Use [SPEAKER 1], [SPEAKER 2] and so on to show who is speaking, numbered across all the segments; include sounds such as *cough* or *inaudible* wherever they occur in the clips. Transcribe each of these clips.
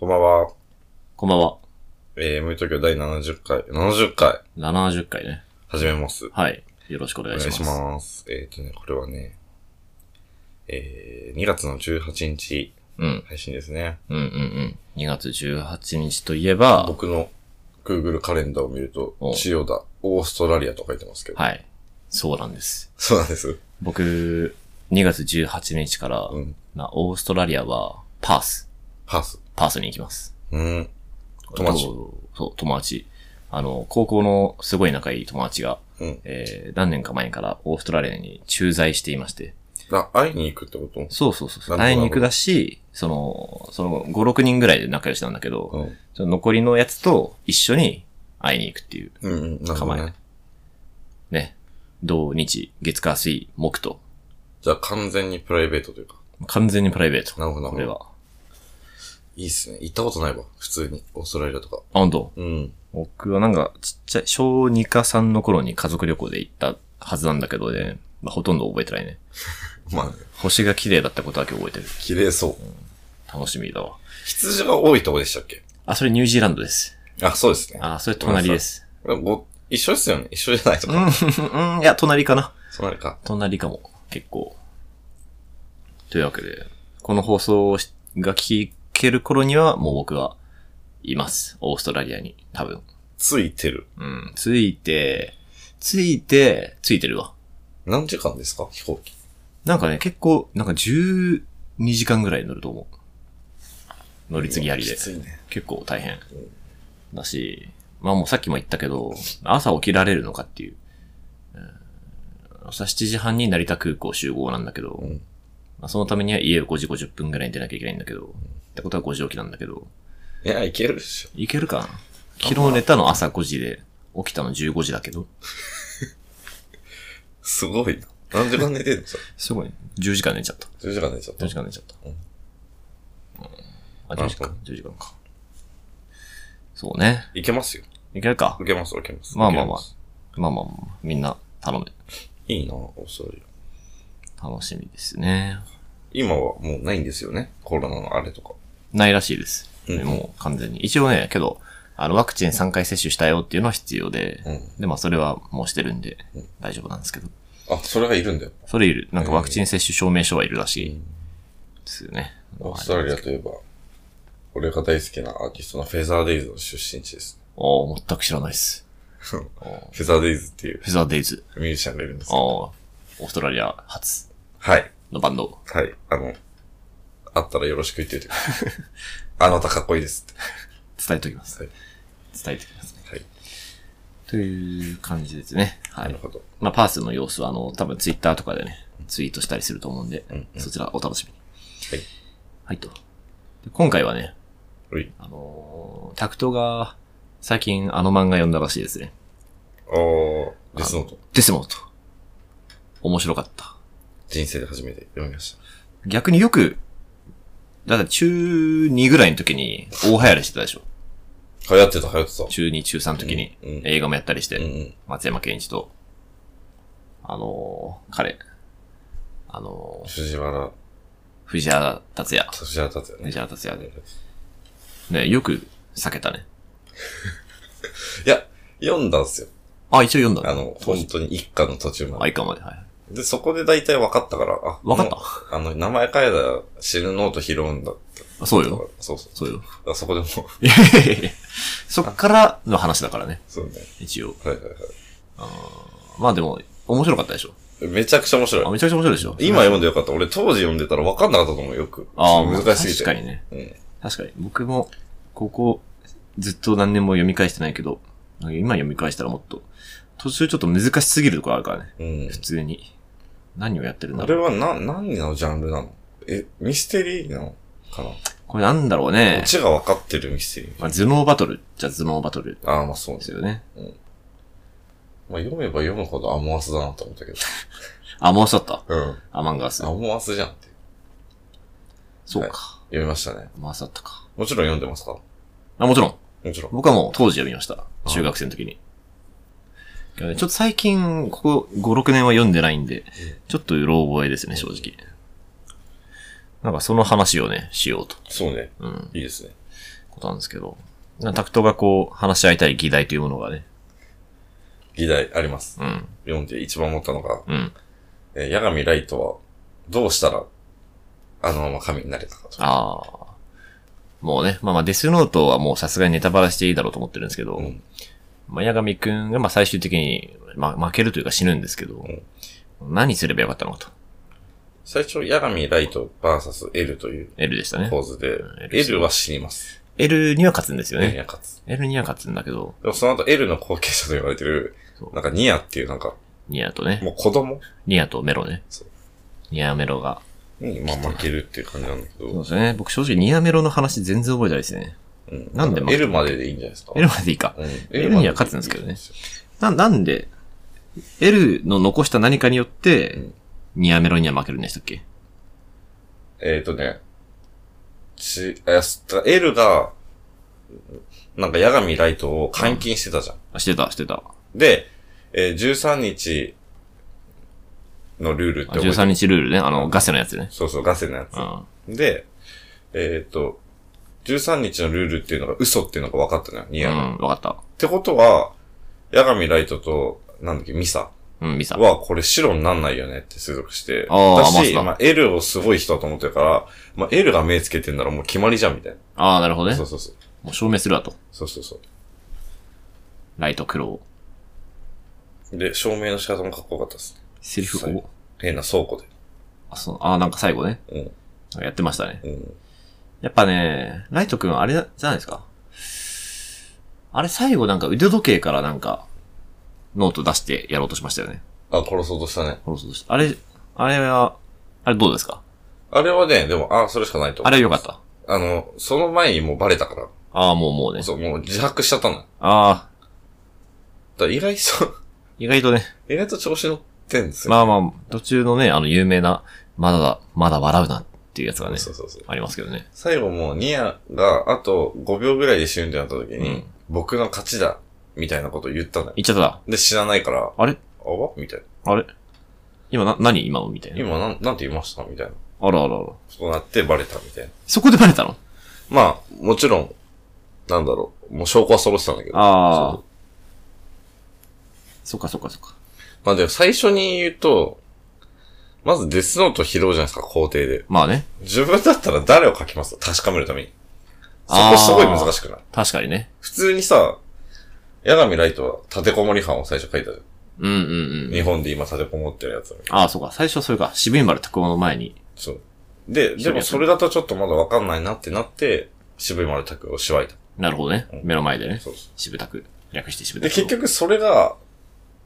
[SPEAKER 1] こんばんは。
[SPEAKER 2] こんばんは。
[SPEAKER 1] えー、無理東京第70回、70回、
[SPEAKER 2] 70回ね。
[SPEAKER 1] 始めます。
[SPEAKER 2] はい。よろしくお
[SPEAKER 1] お
[SPEAKER 2] 願
[SPEAKER 1] 願
[SPEAKER 2] い
[SPEAKER 1] い
[SPEAKER 2] します。
[SPEAKER 1] します。えっ、ー、とね、これはね、えー、2月の18日
[SPEAKER 2] うん。
[SPEAKER 1] 配信ですね。
[SPEAKER 2] うんうんうん。2月18日といえば、
[SPEAKER 1] 僕の Google カレンダーを見ると
[SPEAKER 2] お、
[SPEAKER 1] 千代田、オーストラリアと書いてますけど。
[SPEAKER 2] はい。そうなんです。
[SPEAKER 1] そうなんです。
[SPEAKER 2] 僕、2月18日から、
[SPEAKER 1] うん。
[SPEAKER 2] な、オーストラリアは、パース。
[SPEAKER 1] パス。
[SPEAKER 2] パースに行きます。
[SPEAKER 1] うん。友達
[SPEAKER 2] とそう、友達。あの、高校のすごい仲いい友達が、
[SPEAKER 1] うん。
[SPEAKER 2] えー、何年か前からオーストラリアに駐在していまして。
[SPEAKER 1] あ、会いに行くってこと
[SPEAKER 2] そうそうそうそう。
[SPEAKER 1] なる
[SPEAKER 2] 会い
[SPEAKER 1] ほど
[SPEAKER 2] に行くだし、その、その5、6人ぐらいで仲良しなんだけど、
[SPEAKER 1] うん。
[SPEAKER 2] その残りのやつと一緒に会いに行くっていう。
[SPEAKER 1] うんうん。なるほど
[SPEAKER 2] 構え
[SPEAKER 1] ね。
[SPEAKER 2] ね。土日、月火水、木と。
[SPEAKER 1] じゃあ完全にプライベートというか。
[SPEAKER 2] 完全にプライベート。
[SPEAKER 1] なるほど、
[SPEAKER 2] こ
[SPEAKER 1] な
[SPEAKER 2] れ
[SPEAKER 1] るほど。
[SPEAKER 2] は。
[SPEAKER 1] いいっすね。行ったことないわ。普通に。オーストラリアとか。
[SPEAKER 2] あ、本当。
[SPEAKER 1] うん。
[SPEAKER 2] 僕はなんか、ちっちゃい、小2か3の頃に家族旅行で行ったはずなんだけどね。まあ、ほとんど覚えてないね。
[SPEAKER 1] まあね、
[SPEAKER 2] 星が綺麗だったことだけ覚えてる。
[SPEAKER 1] 綺麗そう。
[SPEAKER 2] 楽しみだわ。
[SPEAKER 1] 羊が多いとこでしたっけ
[SPEAKER 2] あ、それニュージーランドです。
[SPEAKER 1] あ、そうですね。
[SPEAKER 2] あ、それ隣です。
[SPEAKER 1] でもご一緒ですよね。一緒じゃないと
[SPEAKER 2] う
[SPEAKER 1] か。
[SPEAKER 2] ん、うん、いや、隣かな。
[SPEAKER 1] そうなるか。
[SPEAKER 2] 隣かも、結構。というわけで、この放送をしが聞ける頃には、もう僕は、います。オーストラリアに、多分。
[SPEAKER 1] ついてる。
[SPEAKER 2] うん。ついて、ついて、ついてるわ。
[SPEAKER 1] 何時間ですか飛行機。
[SPEAKER 2] なんかね、結構、なんか12時間ぐらい乗ると思う。乗り継ぎありで
[SPEAKER 1] き。ついね。
[SPEAKER 2] 結構大変。だし、まあもうさっきも言ったけど、朝起きられるのかっていう。うん朝7時半に成田空港集合なんだけど、
[SPEAKER 1] うん。
[SPEAKER 2] まあ、そのためには家を5時50分ぐらいに出なきゃいけないんだけど、ってことは5時起きなんだけど、
[SPEAKER 1] いや、いけるでしょ。
[SPEAKER 2] いけるかな昨日寝たの朝5時で、起きたの15時だけど、
[SPEAKER 1] すごいな。何時間寝てんのさ。
[SPEAKER 2] すごい、10時間寝ちゃった。
[SPEAKER 1] 10時間寝ちゃった
[SPEAKER 2] 10時。間寝ちゃった。
[SPEAKER 1] うん
[SPEAKER 2] あ、10時間
[SPEAKER 1] なる、
[SPEAKER 2] 10時間か。そうね。
[SPEAKER 1] いけますよ。
[SPEAKER 2] いけるか。
[SPEAKER 1] 受けます、受けます。
[SPEAKER 2] まあまあまあ
[SPEAKER 1] いけす
[SPEAKER 2] まあまあまあ、みんな頼め。
[SPEAKER 1] いいな、オーストラリア。
[SPEAKER 2] 楽しみですね。
[SPEAKER 1] 今はもうないんですよね。コロナのあれとか。ない
[SPEAKER 2] ないらしいです。
[SPEAKER 1] うん
[SPEAKER 2] もう完全に。一応ね、けど、あの、ワクチン3回接種したよっていうのは必要で、
[SPEAKER 1] うん。
[SPEAKER 2] で、まあそれはもうしてるんで
[SPEAKER 1] うん、
[SPEAKER 2] 大丈夫なんですけど。
[SPEAKER 1] あ、それがいるんだよ。
[SPEAKER 2] それいる。なんかワクチン接種証明書はいるらしい。
[SPEAKER 1] うん
[SPEAKER 2] ですよね。
[SPEAKER 1] オーストラリアといえば、俺が大好きなアーティストのフェザーデイズの出身地です。
[SPEAKER 2] おー全く知らないです。
[SPEAKER 1] フ
[SPEAKER 2] おー
[SPEAKER 1] ェザーデイズっていう
[SPEAKER 2] フェザーデイズ。
[SPEAKER 1] ミュージシャンがいるんですけ
[SPEAKER 2] おー
[SPEAKER 1] ど。
[SPEAKER 2] オーストラリア初
[SPEAKER 1] はい。
[SPEAKER 2] のバンド。
[SPEAKER 1] はい。あの、あったらよろしく言って *laughs* て。あなたかっこいいですっ
[SPEAKER 2] 伝えておきます。
[SPEAKER 1] はい
[SPEAKER 2] 伝えておきますね。
[SPEAKER 1] て。はい。
[SPEAKER 2] という感じですね。は
[SPEAKER 1] ないる。ほど。
[SPEAKER 2] まあ、パースの様子は、あの、多分ツイッターとかでね、ツイートしたりすると思うんで、
[SPEAKER 1] うんうん
[SPEAKER 2] そちらお楽しみに。
[SPEAKER 1] はい。
[SPEAKER 2] はい、と。で今回はね、
[SPEAKER 1] うい。
[SPEAKER 2] あのータクトが、最近あの漫画読んだらしいですね。
[SPEAKER 1] おー、デスノート。
[SPEAKER 2] デスノート。面白かった。
[SPEAKER 1] 人生で初めて読みました。
[SPEAKER 2] 逆によく、だって中2ぐらいの時に大流行りしてたでしょ。
[SPEAKER 1] 流行ってた、流行ってた。
[SPEAKER 2] 中2、中3の時に
[SPEAKER 1] うん
[SPEAKER 2] 映画もやったりして、
[SPEAKER 1] うんうん。
[SPEAKER 2] 松山ケンイチと、あのー彼、あのー
[SPEAKER 1] 藤原、
[SPEAKER 2] 藤原達也、
[SPEAKER 1] 藤原達也ね。
[SPEAKER 2] 藤原達也で、ね、よく避けたね。
[SPEAKER 1] いや、読んだんすよ。
[SPEAKER 2] あ、一応読んだ
[SPEAKER 1] あの、本当に一巻の途中ま
[SPEAKER 2] あ、
[SPEAKER 1] で。
[SPEAKER 2] いかまで、はい。
[SPEAKER 1] で、そこで大体分かったから、あ、
[SPEAKER 2] 分かった
[SPEAKER 1] もうあの、名前変えたら死ぬノート拾うんだって。
[SPEAKER 2] あそうよ。
[SPEAKER 1] そうそう。
[SPEAKER 2] そうよ。 *laughs*
[SPEAKER 1] だからそこでもう、 *laughs*
[SPEAKER 2] いやいやいやそっからの話だからね、
[SPEAKER 1] そうね。
[SPEAKER 2] 一応。
[SPEAKER 1] はいはいは
[SPEAKER 2] あーまあでも、面白かったでしょ。
[SPEAKER 1] い。めちゃくちゃ面白い
[SPEAKER 2] あ、。めちゃくちゃ面白いでしょ。
[SPEAKER 1] 今読んでよかった。俺当時読んでたら分かんなかったと思うよ、よく。
[SPEAKER 2] ああ、
[SPEAKER 1] 難しすぎて。
[SPEAKER 2] 確かにね。
[SPEAKER 1] うん。
[SPEAKER 2] 確かに。僕も、ここ、ずっと何年も読み返してないけど、なんか今読み返したらもっと、途中ちょっと難しすぎるところあるからね。
[SPEAKER 1] うん
[SPEAKER 2] 普。通に。何をやってるんだ
[SPEAKER 1] あれ
[SPEAKER 2] ろう。
[SPEAKER 1] はな、何のジャンルなのえ、ミステリーなのかな、
[SPEAKER 2] これなんだろう
[SPEAKER 1] こ
[SPEAKER 2] ね
[SPEAKER 1] っ。ちが分かってるミステリー。
[SPEAKER 2] まあ、頭脳バトルじゃ頭脳バトル
[SPEAKER 1] ああ、まあそう
[SPEAKER 2] で
[SPEAKER 1] ですす
[SPEAKER 2] よね。
[SPEAKER 1] まあ読めば読むほどアモアスだなと思
[SPEAKER 2] *laughs*
[SPEAKER 1] ったけど。
[SPEAKER 2] あ、もうそうだっ
[SPEAKER 1] うん。
[SPEAKER 2] た。アマンガース。
[SPEAKER 1] アモアスじゃんって。
[SPEAKER 2] そうか。
[SPEAKER 1] 読みましたね。
[SPEAKER 2] アマンガースだったか。
[SPEAKER 1] もちろん読んでますか
[SPEAKER 2] あ、もちろん。
[SPEAKER 1] もちろん。
[SPEAKER 2] 僕はもう当時読みました。中学生の時に。けどねちょっと最近、ここ5、6年は読んでないんで、ちょっとうろ覚えですね、正直。なんかその話をね、しようと。
[SPEAKER 1] そうね。
[SPEAKER 2] うん。
[SPEAKER 1] いいですね。
[SPEAKER 2] ことなんですけど、タクトがこう、話し合いたい議題というものがね、
[SPEAKER 1] 議題あります。
[SPEAKER 2] うん、
[SPEAKER 1] 読んで一番思ったのが、
[SPEAKER 2] うん。
[SPEAKER 1] えー、矢神ライトは、どうしたら、あのまま神になれたかと。
[SPEAKER 2] ああ。もうね、まあまあデスノートはもうさすがにネタバラしていいだろうと思ってるんですけど、
[SPEAKER 1] うん
[SPEAKER 2] まあ、矢神くんがまあ最終的に、まあ、負けるというか死ぬんですけど、何すればよかったのかと。
[SPEAKER 1] 最初、矢神ライト VSL という
[SPEAKER 2] L でしたね。
[SPEAKER 1] 構図で
[SPEAKER 2] ん、L ですね
[SPEAKER 1] L は死にます。
[SPEAKER 2] L には勝つんですよ
[SPEAKER 1] ニ
[SPEAKER 2] ね。
[SPEAKER 1] ア勝つ。
[SPEAKER 2] L には勝つんだけど、
[SPEAKER 1] でもその後 L の後継者と言われてる
[SPEAKER 2] そ、う
[SPEAKER 1] なんかニアっていうなんか、
[SPEAKER 2] ニアとね、
[SPEAKER 1] もう子供
[SPEAKER 2] ニアとメロね
[SPEAKER 1] そう。
[SPEAKER 2] ニアメロが。
[SPEAKER 1] に、まあ負けるっていう感じなんだけ
[SPEAKER 2] そう
[SPEAKER 1] ど
[SPEAKER 2] で、すね。僕正直ニアメロの話全然覚えてないですね。
[SPEAKER 1] うん
[SPEAKER 2] なんで負け
[SPEAKER 1] L まででいいんじゃないですか。
[SPEAKER 2] L までいいか。
[SPEAKER 1] うん
[SPEAKER 2] L には勝つんですけどね
[SPEAKER 1] すよ
[SPEAKER 2] な、なんで、L の残した何かによっ
[SPEAKER 1] う
[SPEAKER 2] て
[SPEAKER 1] ん、
[SPEAKER 2] ニアメロには負けるんでしたっけ
[SPEAKER 1] えっ、ー、とね、ち、え、す L が、なんか、矢神ライトを監禁してたじゃん。
[SPEAKER 2] あ、してた、してた。
[SPEAKER 1] で、えー13日のルールって
[SPEAKER 2] あ
[SPEAKER 1] 覚えてる
[SPEAKER 2] 13日ルールね。あの、ガセのやつね。
[SPEAKER 1] そうそう、ガセのやつ
[SPEAKER 2] う。ん。
[SPEAKER 1] で、えっ、と、13日のルールっていうのが嘘っていうのが分かったのよ、ニ
[SPEAKER 2] う
[SPEAKER 1] アの。っ
[SPEAKER 2] ん、わかって
[SPEAKER 1] ことは、矢神ライトと、なんだっけ、ミサ
[SPEAKER 2] た。うん、ミサ。
[SPEAKER 1] は、これ白になんないよねって推測して。
[SPEAKER 2] あー
[SPEAKER 1] だし、
[SPEAKER 2] まあ
[SPEAKER 1] まあ、L をすごい人だと思ってるから、まあ、L が目つけてんならもう決まりじゃん、みたい
[SPEAKER 2] ああ、なるほど
[SPEAKER 1] な。
[SPEAKER 2] ね
[SPEAKER 1] そう。そうそう。
[SPEAKER 2] もう証明するわと。
[SPEAKER 1] そうそうそう。
[SPEAKER 2] ライト、黒を。
[SPEAKER 1] で、照明の仕方もかっこよかったですね。
[SPEAKER 2] セリフ
[SPEAKER 1] 最
[SPEAKER 2] を
[SPEAKER 1] 後。変な倉庫
[SPEAKER 2] あ、そう、あーなんか最後ね。
[SPEAKER 1] で。うん。
[SPEAKER 2] なんかやってましたね。
[SPEAKER 1] うん。
[SPEAKER 2] やっぱね、ライトくんあれじゃないですか。あれ最後なんか腕時計からなんか、ノート出してやろうとしましたよね。
[SPEAKER 1] あ、殺そうとしたね。
[SPEAKER 2] 殺そうとした。あれ、あれは、あれどうですか
[SPEAKER 1] あれはね、でも、あ、それしかないと
[SPEAKER 2] あ
[SPEAKER 1] 思う。
[SPEAKER 2] れは良かった。
[SPEAKER 1] あの、その前にもうバレたか
[SPEAKER 2] ああ、もうもうね
[SPEAKER 1] ら。。そう、もう自白しちゃったのよ。だ
[SPEAKER 2] ああ、
[SPEAKER 1] から意外と、
[SPEAKER 2] 意外とね、
[SPEAKER 1] 意外と調子乗ってんですよ。
[SPEAKER 2] まあまあ、途中のね、あの有名な、まだだ、まだ笑うなっていうやつがね、
[SPEAKER 1] そうそうそう。
[SPEAKER 2] ありますけどね。
[SPEAKER 1] 最後もうニアがあと5秒ぐらいで死ぬってなった時に、
[SPEAKER 2] うん
[SPEAKER 1] 僕の勝ちだ、みたいなことを言ったのよ。
[SPEAKER 2] 言っちゃったら、
[SPEAKER 1] で、知らないから、
[SPEAKER 2] あれ
[SPEAKER 1] あわみたいな。
[SPEAKER 2] あれ今な、何今のみたいな。
[SPEAKER 1] 今なん、なんて言いましたみたいな。
[SPEAKER 2] あらあらあら。
[SPEAKER 1] そうなってバレたみたいな。
[SPEAKER 2] そこでバレたの
[SPEAKER 1] まあ、もちろん、なんだろう。もう証拠は揃ってたんだけど。
[SPEAKER 2] ああ
[SPEAKER 1] そう。
[SPEAKER 2] そっかそっかそっか。
[SPEAKER 1] まあでも最初に言うと、まずデスノート拾うじゃないですか、皇帝で。
[SPEAKER 2] まあね。
[SPEAKER 1] 自分だったら誰を書きます確かめるために。そ
[SPEAKER 2] あー
[SPEAKER 1] こすごい難しくない
[SPEAKER 2] 確かにね。
[SPEAKER 1] 普通にさ、矢神ライトは立てこもり犯を最初書いたじゃん。
[SPEAKER 2] うんうんうん。
[SPEAKER 1] 日本で今立てこもってるやつみたいな。
[SPEAKER 2] ああ、そうか。最初はそれか。渋い丸拓郎の前に。
[SPEAKER 1] そう。で、でもそれだとちょっとまだわかんないなってなって、渋い丸拓をしわいた。
[SPEAKER 2] なるほどね。
[SPEAKER 1] うん
[SPEAKER 2] 目の前でね。
[SPEAKER 1] そうそ
[SPEAKER 2] 渋拓。略して渋
[SPEAKER 1] う。で、
[SPEAKER 2] 拓。
[SPEAKER 1] 結。局それが、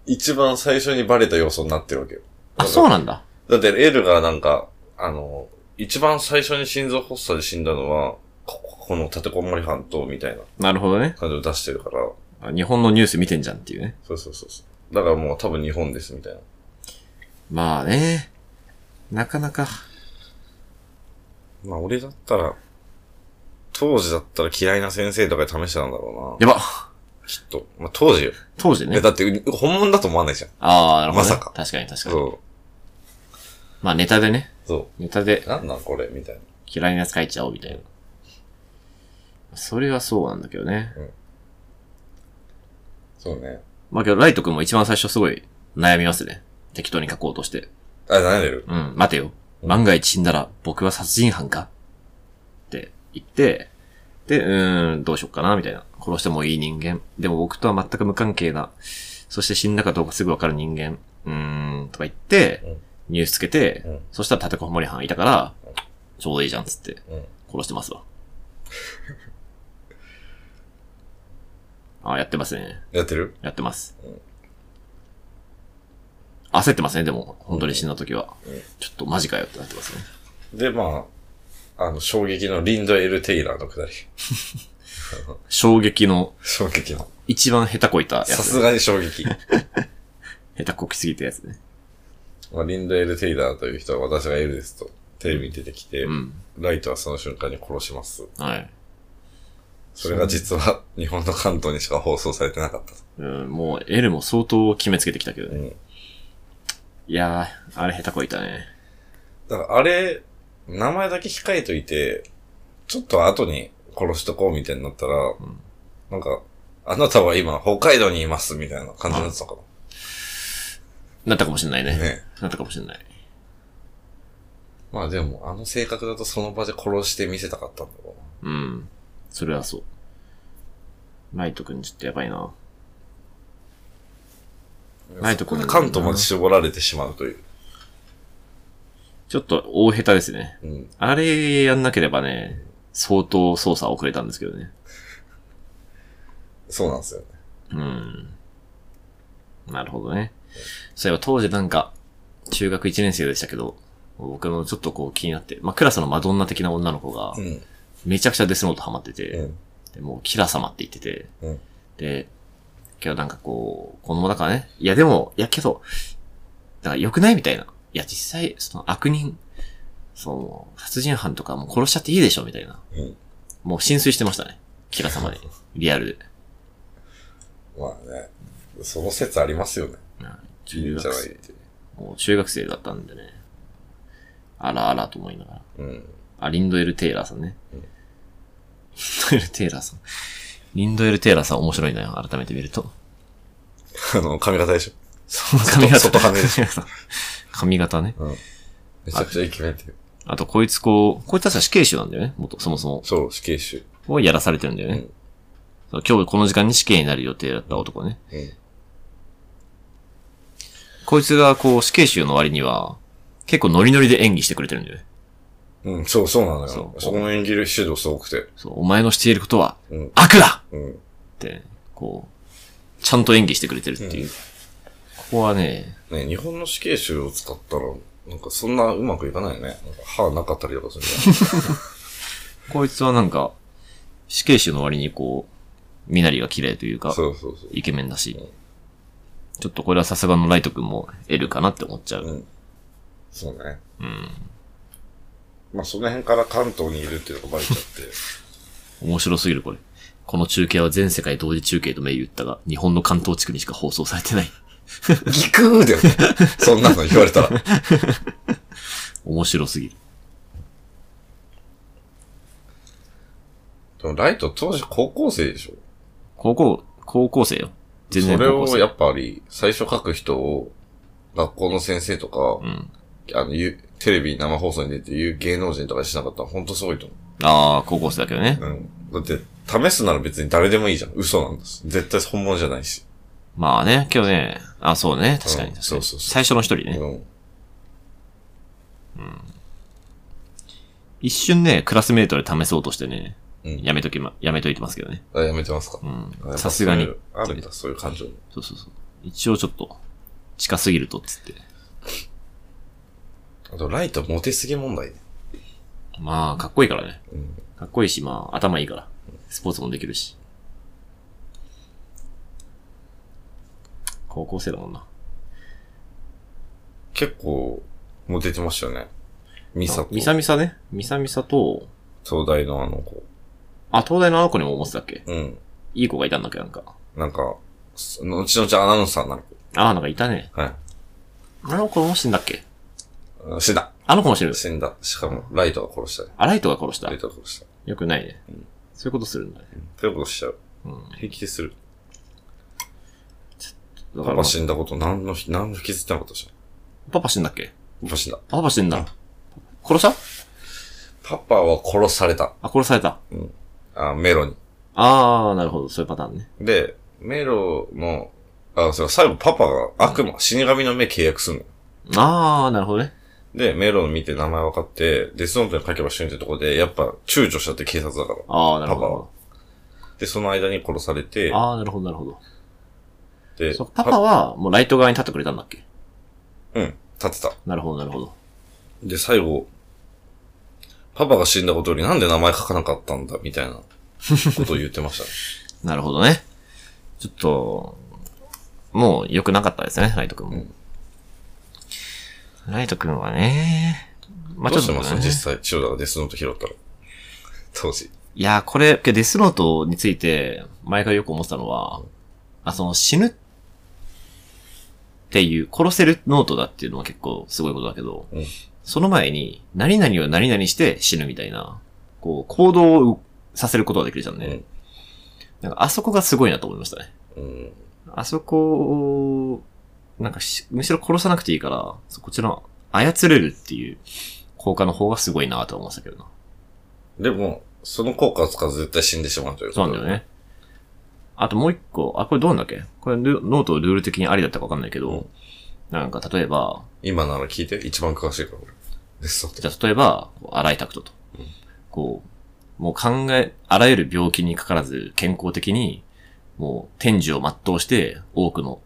[SPEAKER 1] 一番最初にバレた要素になってるわけよ。
[SPEAKER 2] あ、そう
[SPEAKER 1] な
[SPEAKER 2] なんだ。
[SPEAKER 1] だって、エルがなんか、あの、一番最初に心臓発作で死んだのは、ここの立てこもり犯と、みたいな
[SPEAKER 2] なるほどね。
[SPEAKER 1] 感じを出してるから、
[SPEAKER 2] あ日本のニュース見てんじゃんっていうね。
[SPEAKER 1] そうそうそうそう。だからもう多分日本です、みたいな。
[SPEAKER 2] まあね。なかなか。
[SPEAKER 1] まあ俺だったら、当時だったら嫌いな先生とかで試してたんだろう
[SPEAKER 2] やば。
[SPEAKER 1] な。きっと。まあ当時よ。
[SPEAKER 2] 当時
[SPEAKER 1] え
[SPEAKER 2] ね。
[SPEAKER 1] だって、本物だと思わないじゃん。
[SPEAKER 2] ああ、なるほど、ね。
[SPEAKER 1] まさか
[SPEAKER 2] 確かに確かに。
[SPEAKER 1] そ
[SPEAKER 2] まあネタでね。
[SPEAKER 1] う。そ
[SPEAKER 2] ネタで
[SPEAKER 1] う。なんなんこれみたいな。
[SPEAKER 2] 嫌いなやつ書いちゃおうみたいな。それはそうなんだけどね。
[SPEAKER 1] そうね。
[SPEAKER 2] まあけど、ライト君も一番最初すごい悩みますね。適当に書こうとして。
[SPEAKER 1] あ、悩んでる
[SPEAKER 2] うん、待てよ。万が一死んだら僕は殺人犯かって言って、で、うーん、どうしよっかな、みたいな。殺してもいい人間。でも僕とは全く無関係な。そして死んだかどうかすぐわかる人間。うーん、とか言って、
[SPEAKER 1] うん
[SPEAKER 2] ニュースつけて、
[SPEAKER 1] うん
[SPEAKER 2] そしたら立てこもり犯いたから、ちょうどいいじゃん、つって、
[SPEAKER 1] うん。
[SPEAKER 2] 殺し
[SPEAKER 1] *laughs*
[SPEAKER 2] てますわ。あーやってますね。
[SPEAKER 1] やってる
[SPEAKER 2] やってます
[SPEAKER 1] うん。
[SPEAKER 2] 焦ってますね、でも、本当に死んだ時は
[SPEAKER 1] うん。
[SPEAKER 2] ちょっとマジかよってなってますね。
[SPEAKER 1] で、まあ、あの、衝撃のリンド・エル・テイラーのくだり。 *laughs*
[SPEAKER 2] 衝撃の、
[SPEAKER 1] 衝撃の。
[SPEAKER 2] 一番下手こいたやつ。
[SPEAKER 1] さすがに衝撃。
[SPEAKER 2] 下手こきすぎたやつね。
[SPEAKER 1] まあ、リンド・エル・テイラーという人は私がエルですと、テレビに出てきて、
[SPEAKER 2] うん。
[SPEAKER 1] ライトはその瞬間に殺します。
[SPEAKER 2] はい。
[SPEAKER 1] それが実は日本の関東にしか放送されてなかったと。
[SPEAKER 2] うん、もう、L も相当決めつけてきたけど
[SPEAKER 1] うん。
[SPEAKER 2] ね。いやー、あれ下手こいたね。
[SPEAKER 1] だから、あれ、名前だけ控えといて、ちょっと後に殺しとこうみたいになったら、
[SPEAKER 2] ん
[SPEAKER 1] なんか、あなたは今北海道にいますみたいな感じになってたか
[SPEAKER 2] なったかもしれないね。
[SPEAKER 1] ら。ね。
[SPEAKER 2] なったかもしれない。
[SPEAKER 1] まあでも、あの性格だとその場で殺して見せたかったんだろ
[SPEAKER 2] うん。それはそう。ライトくんちょっとやばいな。
[SPEAKER 1] うな。
[SPEAKER 2] ないところに
[SPEAKER 1] 関東まで絞られてしまうという。
[SPEAKER 2] ちょっと大下手ですね。
[SPEAKER 1] うん。
[SPEAKER 2] あれやんなければね、相当操作遅れたんですけどね。
[SPEAKER 1] そうなんですよね。
[SPEAKER 2] うん。なるほどね。そういえば当時なんか、中学1年生でしたけど、僕もちょっとこう気になって、まあ、クラスのマドンナ的な女の子が
[SPEAKER 1] う、ん。
[SPEAKER 2] めちゃくちゃデスノートハマってて、
[SPEAKER 1] うん。
[SPEAKER 2] でもうキラ様って言ってて、
[SPEAKER 1] うん
[SPEAKER 2] で、けどなんかこう、子供だからね、いやでも、いやけど、だから良くないみたいな。いや実際、その悪人、その、殺人犯とかもう殺しちゃっていいでしょみたいな。
[SPEAKER 1] うん
[SPEAKER 2] もう浸水してましたね。キ
[SPEAKER 1] *laughs*
[SPEAKER 2] ラ様に。リアルで。
[SPEAKER 1] まあね。その説ありますよね。
[SPEAKER 2] うん
[SPEAKER 1] いい
[SPEAKER 2] 中
[SPEAKER 1] んじゃ
[SPEAKER 2] 学
[SPEAKER 1] ないっ
[SPEAKER 2] 生。
[SPEAKER 1] て。
[SPEAKER 2] もう中学生だったんでね。あらあらと思いながら。
[SPEAKER 1] うん。
[SPEAKER 2] あ、リンドエル・テイラーさんね。
[SPEAKER 1] うん
[SPEAKER 2] リンドエル・テイラーさん。リンドエル・テイラーさん面白いなよ。改めて見ると。
[SPEAKER 1] あの、髪型でし
[SPEAKER 2] その髪型。
[SPEAKER 1] 外外羽でし
[SPEAKER 2] 髪型ね。
[SPEAKER 1] ょ。うん。めちゃくちゃイケメンっていう。
[SPEAKER 2] あと、こいつこう、こいつ確か死刑囚なんだよね。元、そもそも。
[SPEAKER 1] そう、死刑囚。
[SPEAKER 2] をやらされてるんだよ
[SPEAKER 1] う
[SPEAKER 2] ね
[SPEAKER 1] ん。
[SPEAKER 2] そう今日この時間に死刑になる予定だった男ね。
[SPEAKER 1] うん。
[SPEAKER 2] こいつがこう、死刑囚の割には、結構ノリノリで演技してくれてるんだよね。
[SPEAKER 1] うん、そう、そうなのよ
[SPEAKER 2] そ。う
[SPEAKER 1] そこの演技指導すごくて。
[SPEAKER 2] そう、お前のしていることは
[SPEAKER 1] うん。
[SPEAKER 2] 悪だ
[SPEAKER 1] うん。
[SPEAKER 2] って、こう、ちゃんと演技してくれてるっていう。
[SPEAKER 1] うん
[SPEAKER 2] ここはね、
[SPEAKER 1] ね、日本の死刑囚を使ったら、なんかそんなうまくいかないよね。なんか歯なかったりとかするじ
[SPEAKER 2] こいつはなんか、死刑囚の割にこう、身なりが綺麗という
[SPEAKER 1] ゃん。
[SPEAKER 2] *laughs* か、
[SPEAKER 1] そうそうそう。
[SPEAKER 2] イケメンだし
[SPEAKER 1] うん、
[SPEAKER 2] ちょっとこれはさすがのライト君も L かなって思っちゃう。
[SPEAKER 1] うん。そうね。
[SPEAKER 2] うん。
[SPEAKER 1] まあその辺から関東にいるっていうのがバレちゃって。
[SPEAKER 2] *laughs* 面白すぎるこれ。この中継は全世界同時中継と銘打ったが、日本の関東地区にしか放送されてない。
[SPEAKER 1] ギクーだよね。 *laughs* そんなの言われたら。
[SPEAKER 2] 面白すぎる。
[SPEAKER 1] でもライト当時高校生でしょ
[SPEAKER 2] 高校、高校生よ。全然
[SPEAKER 1] それ
[SPEAKER 2] 高校
[SPEAKER 1] を
[SPEAKER 2] 生。
[SPEAKER 1] やっぱり最初書く人を学校の先生とか、
[SPEAKER 2] うん。
[SPEAKER 1] あの、言うテレビ生放送に出て言う芸能人とかにしなかったら本当すごいと思
[SPEAKER 2] ああ、高校生だけどね。
[SPEAKER 1] う。うん。だって、試すなら別に誰でもいいじゃん。嘘なんです。絶対本物じゃないし。
[SPEAKER 2] まあね、けどね、あそうね、確かに確かに。
[SPEAKER 1] うんそうそうそう
[SPEAKER 2] 最初の一人ね、
[SPEAKER 1] うん。
[SPEAKER 2] 一瞬ね、クラスメートで試そうとしてね、
[SPEAKER 1] うん。
[SPEAKER 2] やめときま、やめといてますけどね。
[SPEAKER 1] あやめてますか
[SPEAKER 2] うん。さすがに。。
[SPEAKER 1] あるんだ、そういう感情。
[SPEAKER 2] そうそうそう。一応ちょっと、近すぎるとっつって。
[SPEAKER 1] あと、ライトモテすぎ問題ね。
[SPEAKER 2] まあ、かっこいいからね。
[SPEAKER 1] うん。
[SPEAKER 2] かっこいいし、まあ、頭いいから。スポーツもできるし。高校生だもんな。
[SPEAKER 1] 結構、モテてましたよね。ミサと。
[SPEAKER 2] みさみさね。みさみさと、
[SPEAKER 1] 東大のあの子。
[SPEAKER 2] あ、東大のあの子にも思ってたっけ
[SPEAKER 1] うん。
[SPEAKER 2] いい子がいたんだっけなんか。
[SPEAKER 1] なんか、そ後々アナウンサーになる
[SPEAKER 2] ああ、なんかいたね。
[SPEAKER 1] 子。はい。
[SPEAKER 2] あの子も死んだっけ
[SPEAKER 1] あ死んだ。
[SPEAKER 2] あの子も死ぬ。
[SPEAKER 1] 死んだ。しかも、ライトが殺したね。
[SPEAKER 2] あ、ライトが殺した
[SPEAKER 1] ライ。トが殺した。
[SPEAKER 2] よくないね
[SPEAKER 1] うん。
[SPEAKER 2] そういうことするんだね。
[SPEAKER 1] ということしちゃう。
[SPEAKER 2] うん。
[SPEAKER 1] 平気でする。
[SPEAKER 2] だ
[SPEAKER 1] パ
[SPEAKER 2] からま
[SPEAKER 1] パ
[SPEAKER 2] あ、
[SPEAKER 1] 死んだこと何の、何の気づいてなかったでし
[SPEAKER 2] パパ死んだっけ
[SPEAKER 1] ょ。パパ死んだ。
[SPEAKER 2] パパ死ん
[SPEAKER 1] うん
[SPEAKER 2] だ。殺した
[SPEAKER 1] パパは殺された。
[SPEAKER 2] あ、殺された。
[SPEAKER 1] あメロに。
[SPEAKER 2] ああ、なるほど。そういうパターンね。
[SPEAKER 1] で、メロの、あ、そう、最後パパが悪魔、死神の目契約するの。
[SPEAKER 2] ああ、なるほどね。
[SPEAKER 1] で、メロン見て名前分かって、デスノートに書けば死ぬってとこで、やっぱ躊躇しちゃって警察だから。
[SPEAKER 2] ああ、なる
[SPEAKER 1] パパは
[SPEAKER 2] ほ
[SPEAKER 1] で、その間に殺されて
[SPEAKER 2] ど。、ああ、なるほど、なるほど。
[SPEAKER 1] で
[SPEAKER 2] そう、パパは、もうライト側に立ってくれたんだっけ
[SPEAKER 1] うん、立ってた。
[SPEAKER 2] なるほど、なるほど。
[SPEAKER 1] で、最後、パパが死んだことよりなんで名前書かなかったんだ、みたい
[SPEAKER 2] *laughs*
[SPEAKER 1] なことを言ってましたね。
[SPEAKER 2] なるほどね。ちょっと、もう良くなかったですね、ライト君も。
[SPEAKER 1] うん
[SPEAKER 2] ライト君はね、 *laughs* まあ、
[SPEAKER 1] ど
[SPEAKER 2] ちょ
[SPEAKER 1] う
[SPEAKER 2] っ
[SPEAKER 1] して
[SPEAKER 2] と、ね
[SPEAKER 1] ま、す実際、千代田がデスノート拾ったら。当時。
[SPEAKER 2] いやー、これ、デスノートについて、前からよく思ってたのは、あ、その死ぬっていう、殺せるノートだっていうのは結構すごいことだけど、
[SPEAKER 1] うん
[SPEAKER 2] その前に、何々を何々して死ぬみたいな、こう、行動をさせることができるじゃんね。
[SPEAKER 1] うん
[SPEAKER 2] なんかあそこがすごいなと思いましたね。
[SPEAKER 1] うん。
[SPEAKER 2] あそこを、なんかし、むしろ殺さなくていいから、そこちら、操れるっていう効果の方がすごいなと思いましたけどな。
[SPEAKER 1] でも、その効果を使うと絶対死んでしまうというこ
[SPEAKER 2] そう
[SPEAKER 1] と
[SPEAKER 2] なんだよ。ね。あともう一個、あ、これどうなんだっけこれルノートルール的にありだったかわかんないけど、
[SPEAKER 1] うん
[SPEAKER 2] なんか例えば、
[SPEAKER 1] 今なら聞いて、一番詳しいから俺。で、そう。
[SPEAKER 2] じゃあ例えば、こう荒井拓人と
[SPEAKER 1] うん。
[SPEAKER 2] こう、もう考え、あらゆる病気にかからず健康的に、もう天寿を全うして多くの、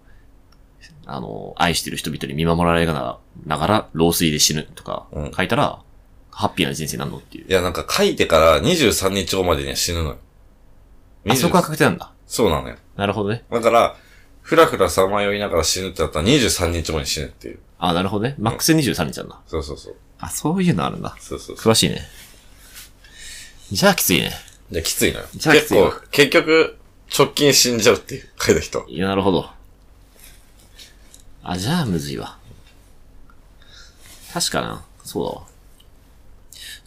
[SPEAKER 2] あの、愛してる人々に見守られながら、ながら老衰で死ぬとか
[SPEAKER 1] うん
[SPEAKER 2] 書いたら、ハッピーな人生になるのっていう。
[SPEAKER 1] いや、なんか書いてから23日後までには死ぬのよ。
[SPEAKER 2] あそこは
[SPEAKER 1] 20
[SPEAKER 2] 確定なんだ。
[SPEAKER 1] そうなのよ。
[SPEAKER 2] なるほどね。
[SPEAKER 1] だから、ふらふらさまよいながら死ぬってなったら23日後に死ぬっていう。
[SPEAKER 2] あ、なるほどね。マックス23日なんだ。
[SPEAKER 1] そうそうそう。
[SPEAKER 2] あ、そういうのあるんだ。
[SPEAKER 1] そうそうそう。
[SPEAKER 2] 詳しいね。じゃあきついね。
[SPEAKER 1] じゃあきついのよ。
[SPEAKER 2] じゃあきつ
[SPEAKER 1] 結
[SPEAKER 2] いわ
[SPEAKER 1] 構、結局、直近死んじゃうっていう、書いた人。
[SPEAKER 2] いや、なるほど。あ、じゃあむずいわ。確かな。そうだわ。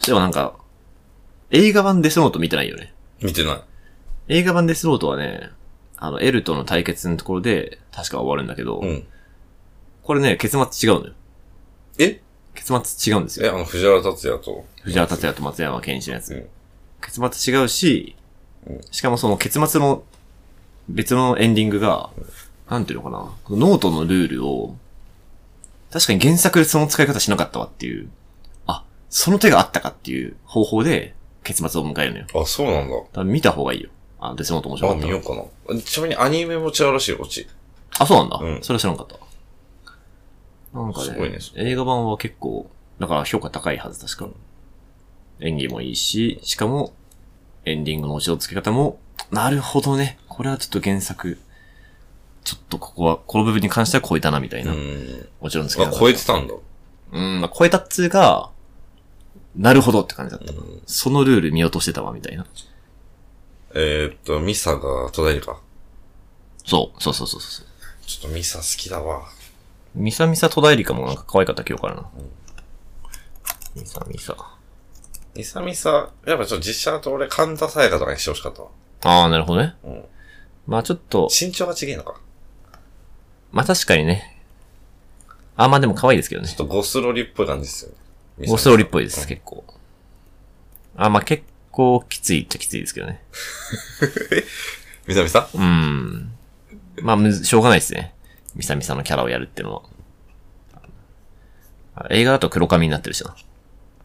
[SPEAKER 2] そういえばなんか、映画版デスノート見てないよね。
[SPEAKER 1] 見てない。
[SPEAKER 2] 映画版デスノートはね、あの、エルとの対決のところで、確か終わるんだけど、
[SPEAKER 1] うん。
[SPEAKER 2] これね、結末違うのよ。
[SPEAKER 1] え
[SPEAKER 2] 結末違うんです
[SPEAKER 1] え、
[SPEAKER 2] よ。
[SPEAKER 1] あの、藤原達也と。
[SPEAKER 2] 藤原達也と松山健一のやつ。
[SPEAKER 1] うん
[SPEAKER 2] 結末違うし
[SPEAKER 1] うん、
[SPEAKER 2] しかもその結末の別のエンディングが、なんていうのかな、このノートのルールを、確かに原作でその使い方しなかったわっていう、あ、その手があったかっていう方法で結末を迎えるのよ。
[SPEAKER 1] あ、そうなんだ。
[SPEAKER 2] 多分見た方がいいよ。あ、デスノート面白
[SPEAKER 1] あ、
[SPEAKER 2] かった
[SPEAKER 1] 見
[SPEAKER 2] ら
[SPEAKER 1] ようかな。ちなみにアニメも違うらしい、オチ。
[SPEAKER 2] あ、そうなんだ。
[SPEAKER 1] うん
[SPEAKER 2] それは知らなかった。なんかね
[SPEAKER 1] すごいねそ
[SPEAKER 2] 映画版は結構、だから評価高いはず、確か。演技もいいし、しかも、エンディングの落ちの付け方も、なるほどね。これはちょっと原作、ちょっとここは、この部分に関しては超えたな、みたいうな。
[SPEAKER 1] ん。
[SPEAKER 2] もちろん付け
[SPEAKER 1] あ、
[SPEAKER 2] 方。
[SPEAKER 1] 超えてたんだ。
[SPEAKER 2] うん、まあ、超えたっつうか、なるほどって感じだった。
[SPEAKER 1] うん
[SPEAKER 2] そのルール見落としてたわ、みたいな。
[SPEAKER 1] えーっと、ミサが途絶えるか。
[SPEAKER 2] そう、そうそうそうそう。
[SPEAKER 1] ちょっとミサ好きだわ。
[SPEAKER 2] ミサミサ戸田恵梨香もなんか可愛かった記憶あるな。ミサミサ。
[SPEAKER 1] ミサミサ、やっぱちょっと実写だと俺、神田沙也加とかにしてほしかったわ。
[SPEAKER 2] ああ、なるほどね。
[SPEAKER 1] うん。
[SPEAKER 2] まあちょっと、
[SPEAKER 1] 身長が違えのか。
[SPEAKER 2] まあ確かにね。あ、まあでも可愛いですけどね
[SPEAKER 1] ちょっ。とゴスロリっぽい感じですよね。ミサ
[SPEAKER 2] ゴスロリっぽいで
[SPEAKER 1] う
[SPEAKER 2] す、
[SPEAKER 1] ん
[SPEAKER 2] 結構。あ、まあ結構きついっちゃきついですけどね。
[SPEAKER 1] ミサミサ
[SPEAKER 2] うーん。まあむず、しょうがないですね。ミサミサのキャラをやるっていうのは。あ映画だと黒髪になってるしな。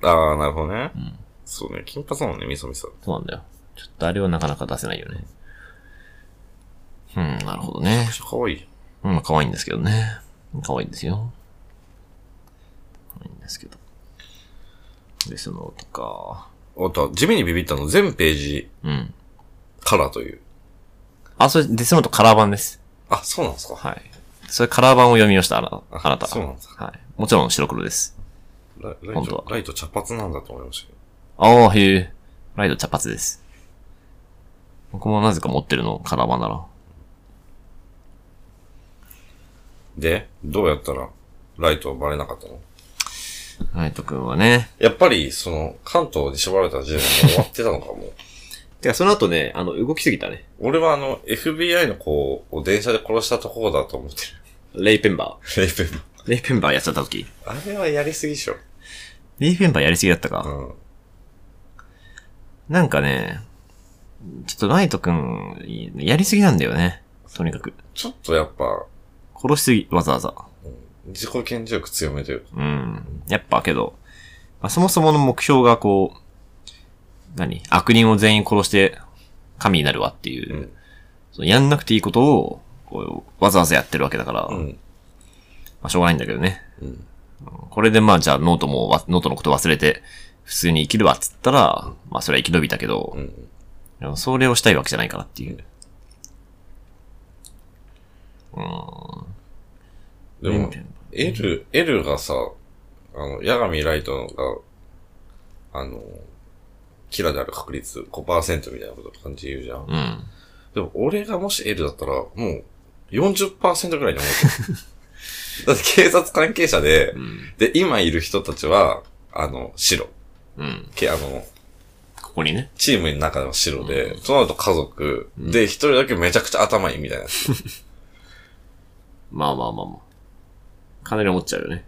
[SPEAKER 1] ああ、なるほどね。
[SPEAKER 2] ん
[SPEAKER 1] そうね、金髪だもんね、ミサミサ。
[SPEAKER 2] そうなんだよ。ちょっとあれはなかなか出せないよね。うん、なるほどね。
[SPEAKER 1] めっちゃ可愛い。
[SPEAKER 2] うん、まあ可愛いんですけどね。可愛いんですよ。可愛いんですけど。で、その、とか、
[SPEAKER 1] あと、地味にビビったの、全ページ
[SPEAKER 2] うん。
[SPEAKER 1] カラーという。
[SPEAKER 2] あ、それ、デスノートカラー版です。
[SPEAKER 1] あ、そうなんですか。
[SPEAKER 2] はい。それカラー版を読みました、あな
[SPEAKER 1] あ
[SPEAKER 2] あなた。
[SPEAKER 1] そうなんです
[SPEAKER 2] はい。もちろん白黒です。
[SPEAKER 1] ラライ
[SPEAKER 2] 本当は
[SPEAKER 1] ト、ライト茶髪なんだと思いましたけど。
[SPEAKER 2] ああ、へえ。ライド茶髪です。僕もなぜか持ってるの、カラー版なら。
[SPEAKER 1] で、どうやったら、ライトはバレなかったの
[SPEAKER 2] ライトくんはね。
[SPEAKER 1] やっぱり、その、関東に縛られた時代が終わってたのかもう。
[SPEAKER 2] てか、その後ね、あの、動きすぎたね。
[SPEAKER 1] 俺はあの、FBI の子を電車で殺したところだと思って
[SPEAKER 2] レイペンバ
[SPEAKER 1] *laughs* る。レイペン
[SPEAKER 2] ー。レイペンバーやっちゃった時。
[SPEAKER 1] あれはやりすぎでしょ。
[SPEAKER 2] レイペンバーやりすぎだったか。
[SPEAKER 1] うん。
[SPEAKER 2] なんかね、ちょっとライトくん、やりすぎなんだよね。とにかく。
[SPEAKER 1] ちょっとやっぱ、
[SPEAKER 2] 殺しすぎ、わざわざ。
[SPEAKER 1] 自己顕示欲強めというか。
[SPEAKER 2] うん。やっぱけど、まあ、そもそもの目標がこう、何悪人を全員殺して神になるわっていう、
[SPEAKER 1] うん
[SPEAKER 2] そのやんなくていいことを、こう、わざわざやってるわけだから、
[SPEAKER 1] う
[SPEAKER 2] ま
[SPEAKER 1] ん。
[SPEAKER 2] あしょうがないんだけどね。
[SPEAKER 1] うん。
[SPEAKER 2] これでまあじゃあノートもわ、ノートのこと忘れて、普通に生きるわっつったら、まあそれは生き延びたけど
[SPEAKER 1] う、ん。
[SPEAKER 2] でもそれをしたいわけじゃないからっていう。うん。
[SPEAKER 1] で
[SPEAKER 2] レイ
[SPEAKER 1] も
[SPEAKER 2] ペ、ン
[SPEAKER 1] エル、エルがさ、あの、ヤガミライトが、あの、キラである確率5%みたいなこと感じで言うじゃん。
[SPEAKER 2] うん。
[SPEAKER 1] でも、俺がもしエルだったら、もう、40%ぐらいに思 *laughs* う。だって警察関係者で
[SPEAKER 2] う、ん。
[SPEAKER 1] で、今いる人たちは、あの、白。
[SPEAKER 2] うん。
[SPEAKER 1] け、あの、
[SPEAKER 2] ここにね。
[SPEAKER 1] チームの中では白で、その後家族、
[SPEAKER 2] うん
[SPEAKER 1] で、一人だけめちゃくちゃ頭いいみたいなやつ。
[SPEAKER 2] まあまあまあまあ。かなり思っちゃうよね。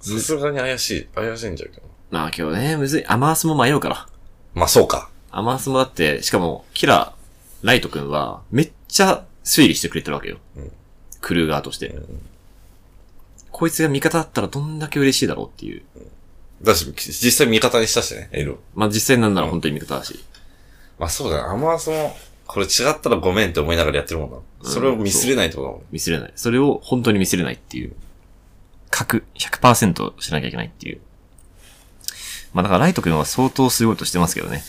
[SPEAKER 1] さすがに怪しい、怪しいんじゃうけど。
[SPEAKER 2] まあ今日ね、むずい。アマースも迷うから。
[SPEAKER 1] まあ、そうか。
[SPEAKER 2] アマースもだって、しかも、キラ、ライト君は、めっちゃ推理してくれてるわけよ。
[SPEAKER 1] うん
[SPEAKER 2] クルー側として。
[SPEAKER 1] うん
[SPEAKER 2] こいつが味方だったらどんだけ嬉しいだろうっていう。
[SPEAKER 1] だし、実際味方にしたしね、エルを。
[SPEAKER 2] まあ実際なんなら本当に味方だし。
[SPEAKER 1] まあ、そうだな。アマースも、これ違ったらごめんって思いながらやってるもんな。
[SPEAKER 2] ん
[SPEAKER 1] それをミスれないってことだもん。
[SPEAKER 2] 見せれない。それを本当に見せれないっていう。核、100%しなきゃいけないっていう。まあだからライト君は相当すごいことしてますけどね。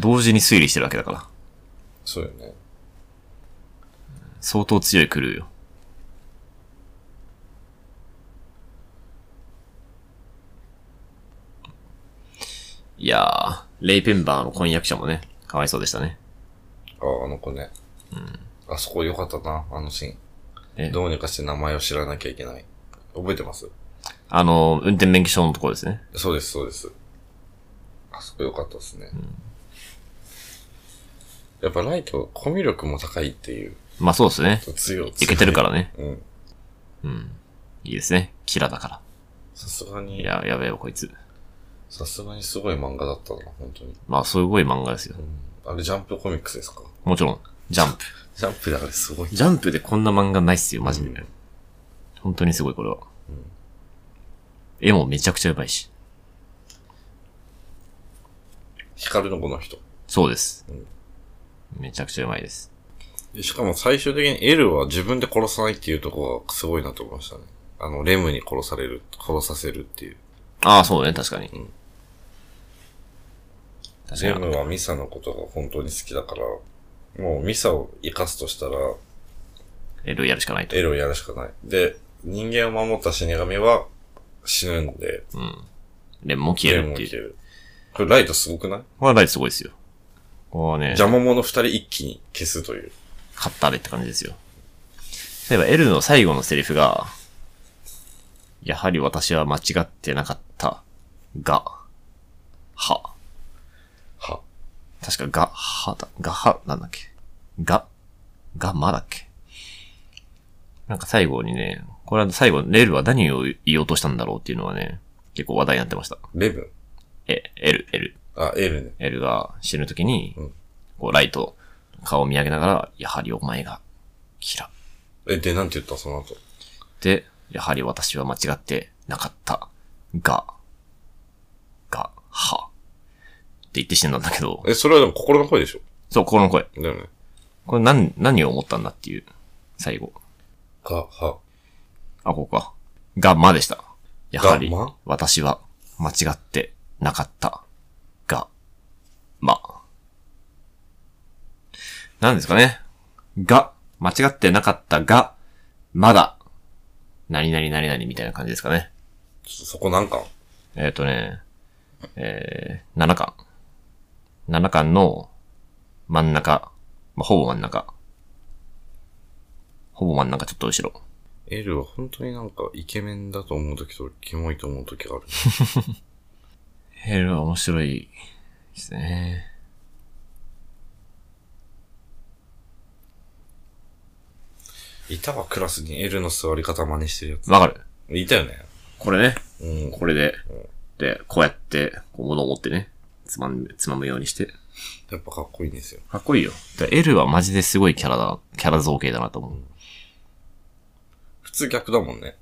[SPEAKER 2] 同時に推理してるわけだから。
[SPEAKER 1] そうよね。
[SPEAKER 2] 相当強いクルーよ。いやー、レイペンバーの婚約者もね、かわいそうでしたね。
[SPEAKER 1] ああ、あの子ね。あそこ良かったな、あのシー
[SPEAKER 2] え
[SPEAKER 1] ン。どうにかして名前を知らなきゃいけない。覚えてます
[SPEAKER 2] あのー、運転免許証のところですね。
[SPEAKER 1] そうです、そうです。あそこ良かったですね。やっぱライト、コミュ力も高いっていう。
[SPEAKER 2] まあそうですね。
[SPEAKER 1] 強い。
[SPEAKER 2] いけてるからね。
[SPEAKER 1] ら。うん。
[SPEAKER 2] うん。いいですね。キラだから。
[SPEAKER 1] さすが
[SPEAKER 2] い
[SPEAKER 1] に、
[SPEAKER 2] や、やべえよ、こいつ。
[SPEAKER 1] さすがにすごい漫画だったな、本当に。
[SPEAKER 2] まあ、すごい漫画ですよ
[SPEAKER 1] う。ん。あれ、ジャンプコミックスですか
[SPEAKER 2] もちろん、ジャンプ。
[SPEAKER 1] ジャンプだからすごい。
[SPEAKER 2] ジャンプでこんな漫画ないっすよ、マジで。
[SPEAKER 1] うん
[SPEAKER 2] 本当にすごい、これは。
[SPEAKER 1] ん
[SPEAKER 2] 絵もめちゃくちゃうまいし。
[SPEAKER 1] ヒカルの子の人。
[SPEAKER 2] そうです。
[SPEAKER 1] うん
[SPEAKER 2] めちゃくちゃうまいです。
[SPEAKER 1] でしかも最終的にエルは自分で殺さないっていうところがすごいなと思いましたね。あの、レムに殺される、殺させるっていう。
[SPEAKER 2] ああ、そうね、確かに。
[SPEAKER 1] ん
[SPEAKER 2] 確
[SPEAKER 1] レ
[SPEAKER 2] かに。
[SPEAKER 1] ムはミサのことが本当に好きだから、もうミサを生かすとしたら、
[SPEAKER 2] エルやるしかないと。
[SPEAKER 1] エルをやるしかない。で、人間を守った死神は死ぬんで、
[SPEAKER 2] レンも消
[SPEAKER 1] レ
[SPEAKER 2] え
[SPEAKER 1] ム
[SPEAKER 2] る
[SPEAKER 1] も
[SPEAKER 2] って
[SPEAKER 1] 消え
[SPEAKER 2] いう。
[SPEAKER 1] る。これライトすごくない
[SPEAKER 2] これはライトすごいですよ。これはね、
[SPEAKER 1] 邪魔者二人一気に消すという。
[SPEAKER 2] 勝ったれって感じですよ。例えば、エルの最後のセリフが、やはり私は間違ってなかった。が、は。
[SPEAKER 1] は。
[SPEAKER 2] 確かが、はだ、がは、なんだっけ。が、がまだっけ。なんか最後にね、これは最後、エルは何を言おうとしたんだろうっていうのはね、結構話題になってました。
[SPEAKER 1] レム
[SPEAKER 2] え、エル、エル。
[SPEAKER 1] あ、エルね。
[SPEAKER 2] エルが死ぬときに、
[SPEAKER 1] うん
[SPEAKER 2] こう、ライト、顔を見上げながら、やはりお前が、キラ。
[SPEAKER 1] え、で、なんて言ったその後。
[SPEAKER 2] で、やはり私は間違ってなかった。が、が、は。って言って死んだんだけど、
[SPEAKER 1] え、それはでも心の声でしょ
[SPEAKER 2] そう、心の声。
[SPEAKER 1] だよね。
[SPEAKER 2] これ何、何を思ったんだっていう、最後。
[SPEAKER 1] か、は。
[SPEAKER 2] あ、ここか。が、までした。やはり
[SPEAKER 1] がま、
[SPEAKER 2] 私は間違ってなかった。が、ま。なんですかね。が、間違ってなかったが、まだ、何々何々みたいな感じですかね。
[SPEAKER 1] ちょっとそこなんか
[SPEAKER 2] えっ、とね、えー、7巻。7巻の真ん中。まあ、ほぼ真ん中。ほぼ真ん中ちょっと後ろ。
[SPEAKER 1] エルは本当になんかイケメンだと思う時とキモいと思う時が
[SPEAKER 2] *laughs*
[SPEAKER 1] ある。
[SPEAKER 2] ヘルは面白いですね。
[SPEAKER 1] いたわ、クラスにエルの座り方真似してるや
[SPEAKER 2] わかる
[SPEAKER 1] つ。いたよね。
[SPEAKER 2] これね。
[SPEAKER 1] うん。
[SPEAKER 2] これで。で、こうやって、こう物を持ってね。つまむ、つまむようにして。
[SPEAKER 1] やっぱかっこいいんですよ。
[SPEAKER 2] かっこいいよ。で L はマジですごいキャラだ、キャラ造形だなと思う。
[SPEAKER 1] 普通逆だもんね。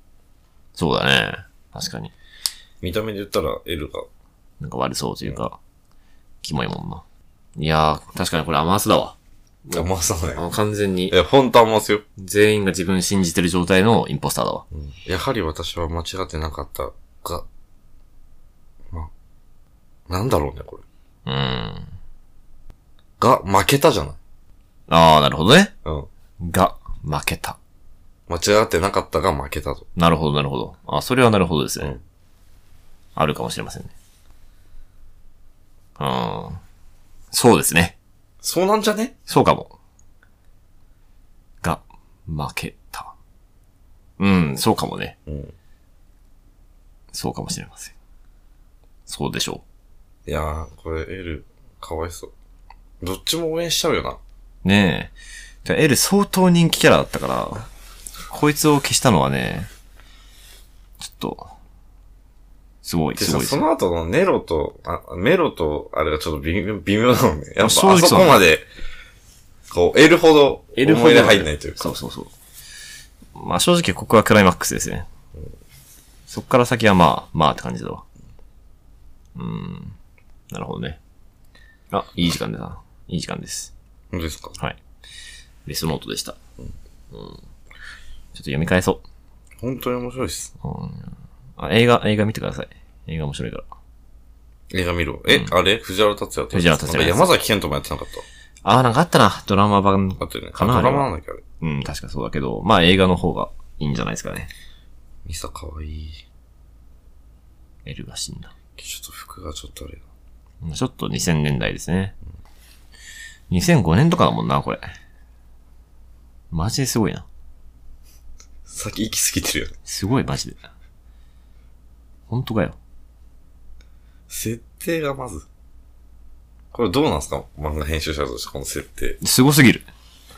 [SPEAKER 2] そうだね。確かに。
[SPEAKER 1] 見た目で言ったらエルが。
[SPEAKER 2] なんか悪そうというか、キモいもんな。いやー、確かにこれアマースだわ。
[SPEAKER 1] あ、まあそうね。
[SPEAKER 2] あの完全に
[SPEAKER 1] え、本当はますよ。
[SPEAKER 2] 全員が自分信じてる状態のインポスターだわ。
[SPEAKER 1] やはり私は間違ってなかったが、ま、なんだろうね、これ。
[SPEAKER 2] うーん。あ
[SPEAKER 1] が、負けたじゃない。
[SPEAKER 2] あー、なるほどね。
[SPEAKER 1] うん。
[SPEAKER 2] が、負けた。
[SPEAKER 1] 間違ってなかったが負けたと。
[SPEAKER 2] なるほど、なるほど。あ、それはなるほどですね。
[SPEAKER 1] うん
[SPEAKER 2] あるかもしれませんね。うーん。そうですね。
[SPEAKER 1] そうなんじゃね
[SPEAKER 2] そうかも。が、負けた。うん、そうかもね。
[SPEAKER 1] うん。
[SPEAKER 2] そうかもしれません。そうでしょ
[SPEAKER 1] いやー、これ L、かわいそう。どっちも応援しちゃうよな。
[SPEAKER 2] ねえ。で L 相当人気キャラだったから、こいつを消したのはね、ちょっと、すごい、
[SPEAKER 1] ですさ、
[SPEAKER 2] ごいです
[SPEAKER 1] そ
[SPEAKER 2] よ。
[SPEAKER 1] の後のネロと、あメロと、あれがちょっと微妙微妙なのね。やっぱあ
[SPEAKER 2] そうそう
[SPEAKER 1] そこまで、こう、L ほど、
[SPEAKER 2] L
[SPEAKER 1] 思い出入んないというか。
[SPEAKER 2] そうそうそう。まあ正直ここはクライマックスですね。そっから先はまあ、まあって感じだわ。うん。なるほどね。あ、いい時間だな。いい時間です。
[SPEAKER 1] そうですか。
[SPEAKER 2] はい。レスノートでした。うん。ちょっと読み返そう。
[SPEAKER 1] 本当に面白いです。
[SPEAKER 2] うんあ映画、映画見てください。映画面白いから。
[SPEAKER 1] 映画見ろ。え、あれ藤原達也って
[SPEAKER 2] 藤原竜也
[SPEAKER 1] なんか山崎健人もやってなかっ
[SPEAKER 2] ああ、なんかあったな。ドラマ版
[SPEAKER 1] た。あ。ってね。
[SPEAKER 2] か
[SPEAKER 1] あ
[SPEAKER 2] な
[SPEAKER 1] ドラマなんだっけあれ。
[SPEAKER 2] うん、確かそうだけど、まあ映画の方がいいんじゃないですかね。
[SPEAKER 1] ミサかわいい。
[SPEAKER 2] L が死んだ。
[SPEAKER 1] ちょっと服がちょっとあれだ。
[SPEAKER 2] うんちょっと2000年代ですね。2005年とかだもんな、これ。マジですごいな。
[SPEAKER 1] 先行き過ぎてるよね。
[SPEAKER 2] すごい、マジで。本当かよ。
[SPEAKER 1] 設定がまず。これどうなんすか漫画編集者としてこの設定。
[SPEAKER 2] すごすぎる。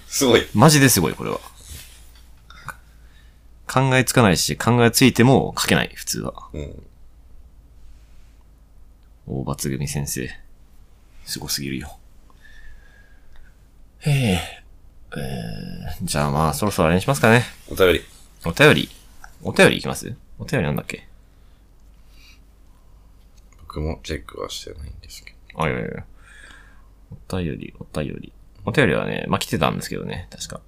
[SPEAKER 1] すごい。
[SPEAKER 2] マジですごい、これは。考えつかないし、考えついても書けない、普通は。
[SPEAKER 1] うん。
[SPEAKER 2] 大罰組先生。すごすぎるよ。へえ。えー、じゃあまあ、そろそろあれにしますかね。
[SPEAKER 1] お便り。
[SPEAKER 2] お便り。お便りいきますお便りなんだっけ
[SPEAKER 1] 僕もチェックはしてないんですけど。
[SPEAKER 2] あ、いやいやいや。お便り、お便り。お便りはね、まあ、来てたんですけどね、確か。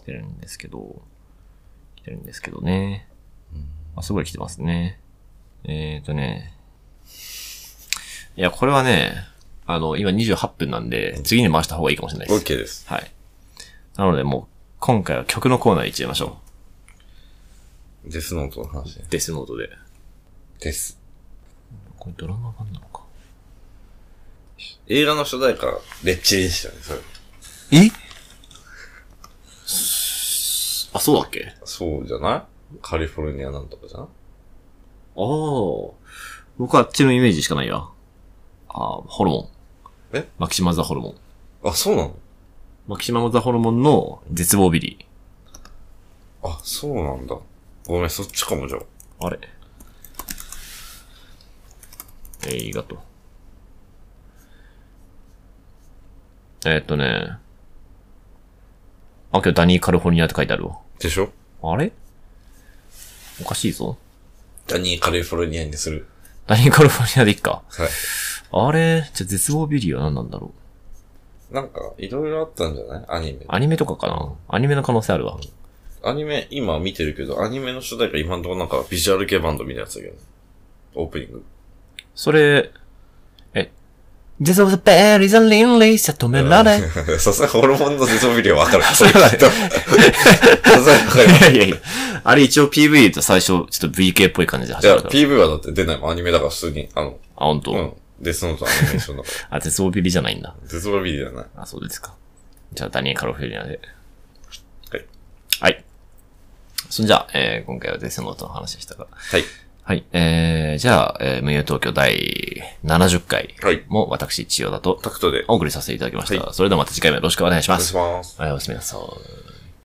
[SPEAKER 2] 来てるんですけど、来てるんですけどね。あ、すごい来てますね。えーとね。いや、これはね、あの、今28分なんで、次に回した方がいいかもしれないです。
[SPEAKER 1] OK です。
[SPEAKER 2] はい。なので、もう、今回は曲のコーナー行っちゃいましょ
[SPEAKER 1] デスノートの話ね
[SPEAKER 2] う。。デスノートで。
[SPEAKER 1] です。
[SPEAKER 2] これドラマ版なのか。
[SPEAKER 1] 映画の主題歌、レッチリでしたよね、それ。
[SPEAKER 2] えあ、そうだっけ
[SPEAKER 1] そうじゃないカリフォルニアなんとかじゃん
[SPEAKER 2] ああ。僕はあっちのイメージしかないや。ああ、ホルモン。
[SPEAKER 1] え
[SPEAKER 2] マキシマムザホルモン。
[SPEAKER 1] あ、そうなの
[SPEAKER 2] マキシマムザホルモンの絶望ビリ
[SPEAKER 1] あ、そうなんだ。ごめん、そっちかもじゃあ。
[SPEAKER 2] ー。あれ映画と。えーっとね。あ、今日ダニー・カルフォルニアって書いてあるわ。
[SPEAKER 1] でしょ
[SPEAKER 2] あれおかしいぞ。
[SPEAKER 1] ダニーカリフォルニアにする。
[SPEAKER 2] ダニー・カルフォルニアでいっか。
[SPEAKER 1] はい。
[SPEAKER 2] あれじゃあ絶望ビリーは何なんだろう
[SPEAKER 1] なんか、いろいろあったんじゃないアニメ。
[SPEAKER 2] アニメとかかなアニメの可能性あるわ。
[SPEAKER 1] アニメ、今見てるけど、アニメの主題歌今んとこなんかビジュアル系バンドみたいなやつだけどね。オープニング。
[SPEAKER 2] それ、え、This was a bad is a lonely, 止められ。い *laughs*
[SPEAKER 1] *laughs* さすがにホルモンのデゾビリはわか *laughs* る。さす
[SPEAKER 2] が
[SPEAKER 1] が
[SPEAKER 2] だ
[SPEAKER 1] わ
[SPEAKER 2] ね
[SPEAKER 1] かる。 *laughs* い
[SPEAKER 2] やいやいや、あれ一応 PV と最初、ちょっと VK っぽい感じで始
[SPEAKER 1] や、
[SPEAKER 2] まるから。
[SPEAKER 1] PV はだって出ないもん。アニメだから普通に、あの、
[SPEAKER 2] あ、ほんと、
[SPEAKER 1] うん。デスノートアニメーションだか *laughs*
[SPEAKER 2] あ、絶望ビリじゃないんだ。
[SPEAKER 1] ら。デゾビリじゃない。
[SPEAKER 2] あ、そうですか。じゃあ、ダニエル・カロフェリアで。
[SPEAKER 1] はい。
[SPEAKER 2] はい。そんじゃあ、えー、今回はデスノートの話でしたが。
[SPEAKER 1] はい。
[SPEAKER 2] はい。えー、じゃあ、えー、無友東京第70回
[SPEAKER 1] はい
[SPEAKER 2] も私、千代田と
[SPEAKER 1] タクトで。お
[SPEAKER 2] お送りさせていただきました。
[SPEAKER 1] は
[SPEAKER 2] それではまた次回もよろしくお願いしま
[SPEAKER 1] 願い
[SPEAKER 2] す
[SPEAKER 1] し。ます。
[SPEAKER 2] はい、おやすみなさい。